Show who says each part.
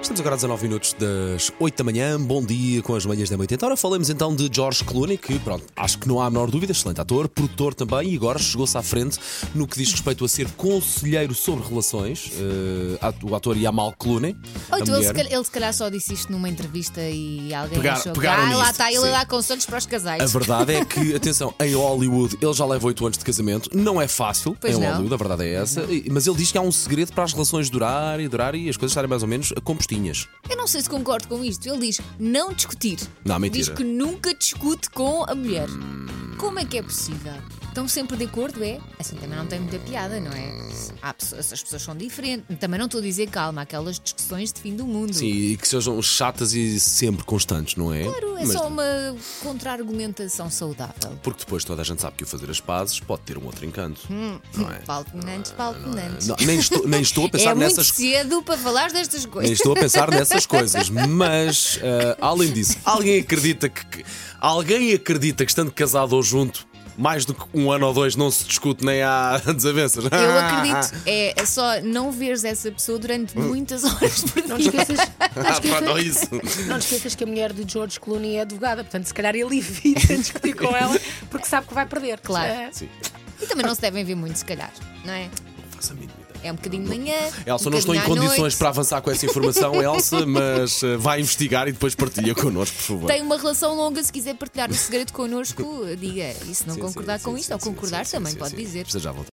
Speaker 1: Estamos agora a 19 minutos das 8 da manhã. Bom dia com as manhãs da 80. Ora, falamos então de George Clooney, que, pronto, acho que não há a menor dúvida, excelente ator, produtor também, e agora chegou-se à frente no que diz respeito a ser conselheiro sobre relações, eh, at- o ator Yamal Clooney.
Speaker 2: Ou
Speaker 1: a
Speaker 2: então ele, se
Speaker 1: mulher.
Speaker 2: calhar, ele se calhar só disse isto numa entrevista e alguém
Speaker 3: Pegar-
Speaker 2: achou que
Speaker 3: pegaram
Speaker 2: ah, lá
Speaker 3: nisto,
Speaker 2: está ele
Speaker 3: sim.
Speaker 2: a dar conselhos para os casais.
Speaker 1: A verdade é que, atenção, em Hollywood ele já leva 8 anos de casamento, não é fácil
Speaker 2: Pois
Speaker 1: em
Speaker 2: não.
Speaker 1: Hollywood, a verdade é essa, e- mas ele diz que há um segredo para as relações durarem, durarem e as coisas estarem mais ou menos compostinhas.
Speaker 2: Eu não sei se concordo com isto. Ele diz não discutir.
Speaker 1: Não, mentira.
Speaker 2: Diz que nunca discute com a mulher. Como é que é possível? Estão sempre de acordo, é? Assim também não tem muita piada, não é? Há pessoas, essas pessoas são diferentes. Também não estou a dizer calma, há aquelas discussões de fim do mundo.
Speaker 1: Sim, e que sejam chatas e sempre constantes, não é?
Speaker 2: Claro, é
Speaker 1: Mas-
Speaker 2: só uma contra-argumentação saudável.
Speaker 1: Porque depois toda a gente sabe que o fazer as pazes pode ter um outro encanto. Não é?
Speaker 2: Paulo Fernandes, Paulo Fernandes.
Speaker 1: Não, nem, estou, nem estou a pensar
Speaker 2: Hum. é
Speaker 1: nessas
Speaker 2: muito cedo para falar destas coisas.
Speaker 1: nem estou a pensar nessas coisas, mas ah, além disso, alguém acredita que, que- alguém acredita que estando casado ou junto, mais do que um ano ou dois não se discute nem há desavenças.
Speaker 2: Eu
Speaker 1: ah.
Speaker 2: acredito. É é só não veres essa pessoa durante
Speaker 1: Hum.
Speaker 2: muitas horas por
Speaker 4: Não
Speaker 2: dia.
Speaker 4: te esqueças, não te
Speaker 1: Ah, pronto,
Speaker 4: esqueças,
Speaker 1: olha isso.
Speaker 4: não te esqueças que a mulher de George Clooney é advogada, portanto, se calhar ele evita discutir com ela porque sabe que vai perder.
Speaker 2: Claro.
Speaker 4: É.
Speaker 1: Sim,
Speaker 2: E também não se devem ver muito, se calhar, não é?
Speaker 1: não faço a mínima ideia.
Speaker 2: É um bocadinho de manhã.
Speaker 1: Elsa,
Speaker 2: um
Speaker 1: Hum, não estou em
Speaker 2: bocadinho à
Speaker 1: condições
Speaker 2: noite.
Speaker 1: para avançar com essa informação, Elsa, mas ah, vai investigar e depois partilha connosco, por favor.
Speaker 2: Tem uma relação longa, se quiser partilhar o segredo connosco, diga. E se não
Speaker 1: Sim,
Speaker 2: concordar
Speaker 1: sim,
Speaker 2: com
Speaker 1: sim,
Speaker 2: isto,
Speaker 1: sim,
Speaker 2: ou
Speaker 1: sim,
Speaker 2: concordar
Speaker 1: sim,
Speaker 2: também
Speaker 1: sim, sim.
Speaker 2: pode dizer.
Speaker 1: Esteja à vontade.